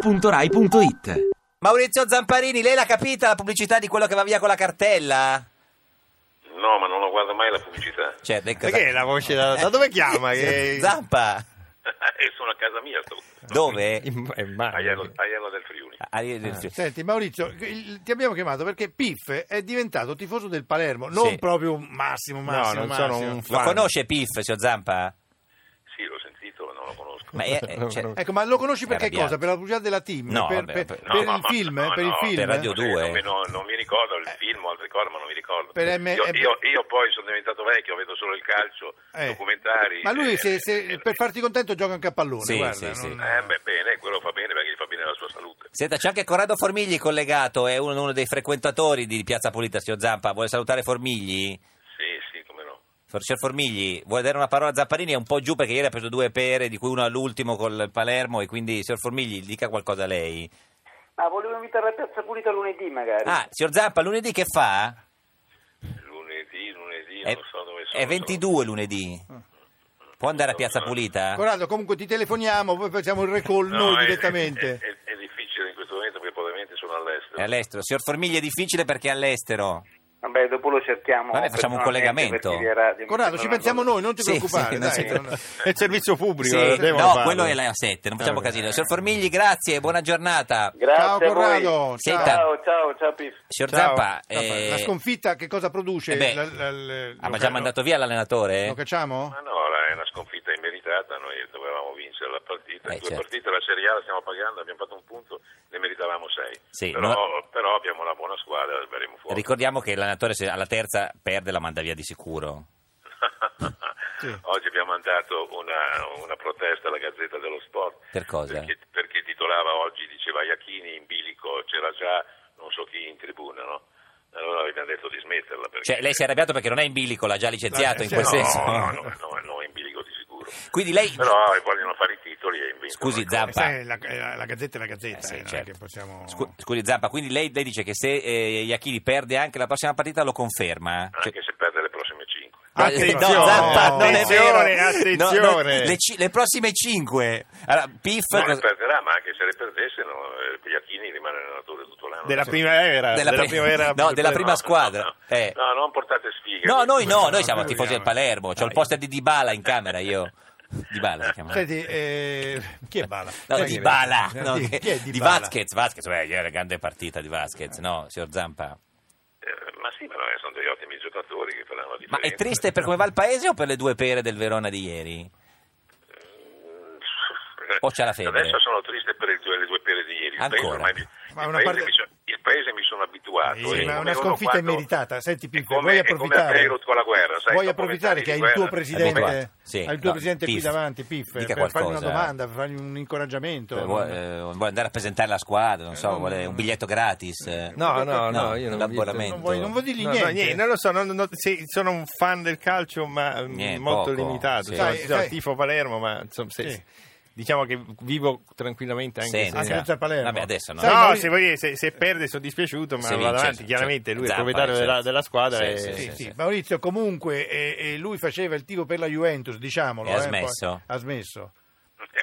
radio2pod.rai.it Maurizio Zamparini, lei l'ha capita la pubblicità di quello che va via con la cartella? No, ma non lo guardo mai la pubblicità. Cioè, ecco, Perché la voce da, da dove chiama? Che... Zampa, e sono a casa mia, sto dove? In- eh, ma- Aiello, Aiello del Friuli. Ah, io- Senti Maurizio, il- ti abbiamo chiamato perché Piff è diventato tifoso del Palermo, non Sì. proprio un Massimo Massimo non sono Massimo. un Lo fan. conosce Piff, signor Zampa? Sì, l'ho sentito, ma non lo conosco. Ma è- è- cioè, Ecco, ma lo conosci per che Arrabbiato. cosa? Per la pubblicità della team? No, per, vabbè, per- per- No, per ma- il ma- film? no, per il no, film? per Radio Non mi- 2. Non, mi- no, non mi ricordo il film o altre cose, ma non mi ricordo. Per M- io, M- io- io poi sono diventato vecchio, vedo solo il calcio, Eh. documentari. Ma lui, eh, se- se- eh, per farti contento, gioca anche a pallone. Sì, guarda, sì, non- eh, beh, bene, quello fa bene perché gli fa bene la sua salute. Senta, c'è anche Corrado Formigli collegato, è uno, uno dei frequentatori di Piazza Pulita, signor Zampa. Vuole salutare Formigli? Sì, sì, come no. For- Signor Formigli, vuole dare una parola a Zapparini? È un po' giù perché ieri ha preso due pere, di cui uno all'ultimo col Palermo. E quindi, signor Formigli, dica qualcosa a lei. Ma Ah, volevo invitare a Piazza Pulita lunedì magari. Ah, signor Zampa, lunedì che fa? Lunedì, lunedì, È, non so dove sono. Eh, è 22 lunedì. Può andare a Piazza Pulita? Corrado, comunque ti telefoniamo, poi facciamo il recall No, eh. noi è- direttamente. È, è- è difficile in questo momento perché probabilmente sono all'estero. È all'estero. Signor Formigli è difficile perché è all'estero. Vabbè, dopo lo cerchiamo. Vabbè, facciamo un personalmente per collegamento. chi era di- Corrado, ci pensiamo noi, non ti Sì, preoccupare. sì, non dai, si- non- È il servizio pubblico, Sì, devono no, farlo. quello è la 7, non facciamo Ah, casino. Signor Formigli, grazie, buona giornata. Grazie Ciao a voi. Corrado, Senta, ciao. Ciao, ciao, ciao Pif. Signor Ciao. Zampa, eh, La sconfitta che cosa produce? eh beh, La- la- la- ah, lo- ma già lo- mandato via l'allenatore? Lo cacciamo? Ma no, la- è una sconfitta immeritata, noi dovevamo vincere la partita, Eh, due certo. partite, la Serie A la stiamo pagando, abbiamo fatto un punto, ne meritavamo sei. Sì, però, però abbiamo una buona squadra, verremo fuori. Ricordiamo che l'allenatore se alla terza perde la manda via di sicuro. Sì. Oggi abbiamo mandato una, una protesta alla Gazzetta dello Sport. Per cosa? Perché, perché titolava oggi, diceva Iachini in bilico, c'era già non so chi in tribuna, no? Allora abbiamo detto di smetterla. Perché... Cioè, lei si è arrabbiato perché non è in bilico, l'ha già licenziato in quel no, senso. No, no, no, no, in bilico di sicuro. Quindi lei... Però ecco, eh, vogliono fare i titoli e inventano Scusi, le cose. Eh, Zampa. sai, la, la- la gazzetta è la gazzetta, Eh sì, eh, non è certo. che possiamo... Scu- scusi Zampa, quindi lei, lei dice che se eh, Iachini perde anche la prossima partita lo conferma? Cioè- Anche se perde le prossime cinque. Attenzione, no, Zampa, non è vero. attenzione, attenzione. No, no, le, ci- le prossime 5. Allora, Piff Non le cosa- perderà, ma anche se le perdesse, no, eh, Pigliacchini rimane allenatore tutto l'anno. Della Sì. primavera, Cioè, Della della, pri- primavera. no, della No, prima no, squadra, No, eh. No, non portate sfighe. No, noi no, noi siamo no, tifosi del vediamo. Palermo. C'ho il poster di Dybala in camera io. Dybala si chiama. Senti, eh, chi è Bala? No, Chi è di che- Bala, Chi- no, chi è che- Dybala? di Vasquez, Vasquez, beh, ieri era grande partita di Vasquez, no, signor Zampa? Eh, ma sì, ma no, eh, sono degli ottimi giocatori che faranno la differenza. Ma è triste per come va il paese o per le due pere del Verona di ieri? O c'è la febbre? Adesso sono triste per il due- le due pere di ieri. Il Ancora? paese ormai mi- Ma il una paese parte- mi so- Il paese mi sono abituato. Sì, eh, ma è come una uno sconfitta quando- immeritata. Senti, è Pippo, come- vuoi è come approfittare? Beirut con la guerra, sai, vuoi dopo approfittare vent'anni che di hai il guerra. tuo Ecco qua, presidente, sì, hai il no, tuo presidente qui Piff, davanti, Piff, dica per fargli una qualcosa. domanda, per fargli un incoraggiamento. Certo, Eh, Vuole, eh, vuole andare a presentare la squadra, non so, vuole un biglietto gratis. eh. Eh, No, no, no, No, io non l'abbonamento. non, vuoi, non vuoi dirgli No, no, niente. niente, non lo so, non- non- sì, sono un fan del calcio, ma mm, Niente, molto poco, limitato. sì. Sono- Sai, sono sai- tifo Palermo, ma insomma, se- Sì. diciamo che vivo tranquillamente anche Senta. Anche senza. senza Palermo. Vabbè, adesso no. Sai, no, Maurizio- se, vuoi- se- se perde sono dispiaciuto, ma Se vado vince, avanti. cioè, Chiaramente lui è il Zampa, proprietario della, certo. della squadra. Sì, e- sì, Sì, sì. sì. Maurizio comunque eh, eh, lui faceva il tifo per la Juventus, diciamolo. E ha eh, poi- smesso. ha smesso.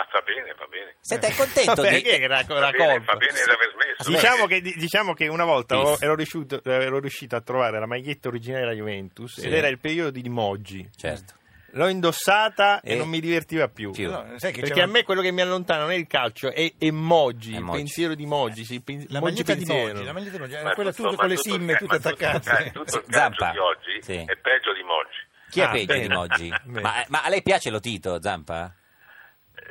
Ah, va bene, va bene. Senta, è contento Vabbè, di... chi è che era, Va era bene, colpa? va bene di aver smesso. Diciamo che, di- diciamo che una volta ho- Piff. ero, riuscito, ero riuscito a trovare la maglietta originale della Juventus Sì. ed era il periodo di Moggi. Certo. L'ho indossata e, E- non mi divertiva più. più. No, sai che Perché c'era- a me quello che mi allontana non è il calcio, è, è Moggi, È il Moggi. pensiero di Moggi. sì, il pen- La Moggi maglietta di pensiero. Moggi, la maglietta di Moggi, Ma era Eh, quella tutto- tutta ma con le tutto il simme ca- tutte ma tutto il attaccate. ca- Tutto il Zampa. calcio di oggi Sì. è peggio di oggi. Chi è Ah, peggio bene. di Moggi? Bene. Ma, ma a lei piace lo Tito, Zampa? Eh,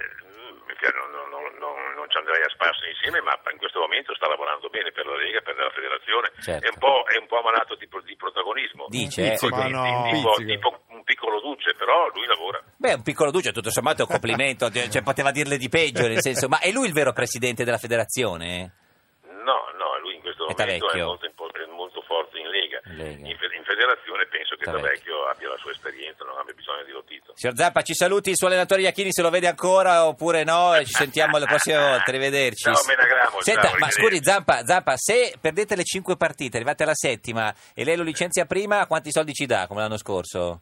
Perché mm, non, non- non- non- non ci andrei a spasso insieme, ma in questo momento sta lavorando bene per la Lega, per la Federazione. Certo. È, un po', è un po' malato di, pro- di protagonismo. Dice, Tipo- eh, tipo- ma no. tipo- Pizzica. tipo un piccolo duce, però lui lavora. Beh, un piccolo duce, tutto sommato, è un complimento, cioè, poteva dirle di peggio, nel senso, ma è lui il vero presidente della federazione? No, no, lui in questo È momento è Tavecchio. molto, impo- è molto forte in Lega. In Lega. fe- in federazione penso che Tavecchio. Tavecchio abbia la sua esperienza, non abbia bisogno di Lotito. Signor Zampa, ci saluti il suo allenatore Iachini se lo vede ancora oppure no, e ci sentiamo la prossima volta, arrivederci. Ciao, Menagramo, Senta, ciao, ma arrivederci. scusi Zampa, Zampa, se perdete le 5 partite, arrivate alla settima e lei lo licenzia prima, quanti soldi ci dà come l'anno scorso?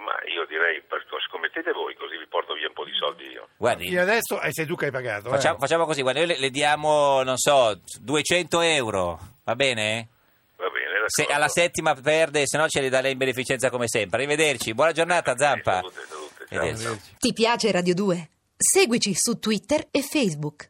Ma io direi, per- scommettete voi, così vi porto via un po' di soldi io. Guardi, Fino adesso eh, sei tu che hai pagato. eh. facciamo, facciamo così, guarda, noi le, le diamo, non so, 200 euro, va bene? Va bene, Se d'accordo. alla settima perde, se no ce li dà lei in beneficenza come sempre. Arrivederci, buona giornata Zampa. Salute, salute, ciao. Arrivederci. Ti piace Radio 2? Seguici su Twitter e Facebook.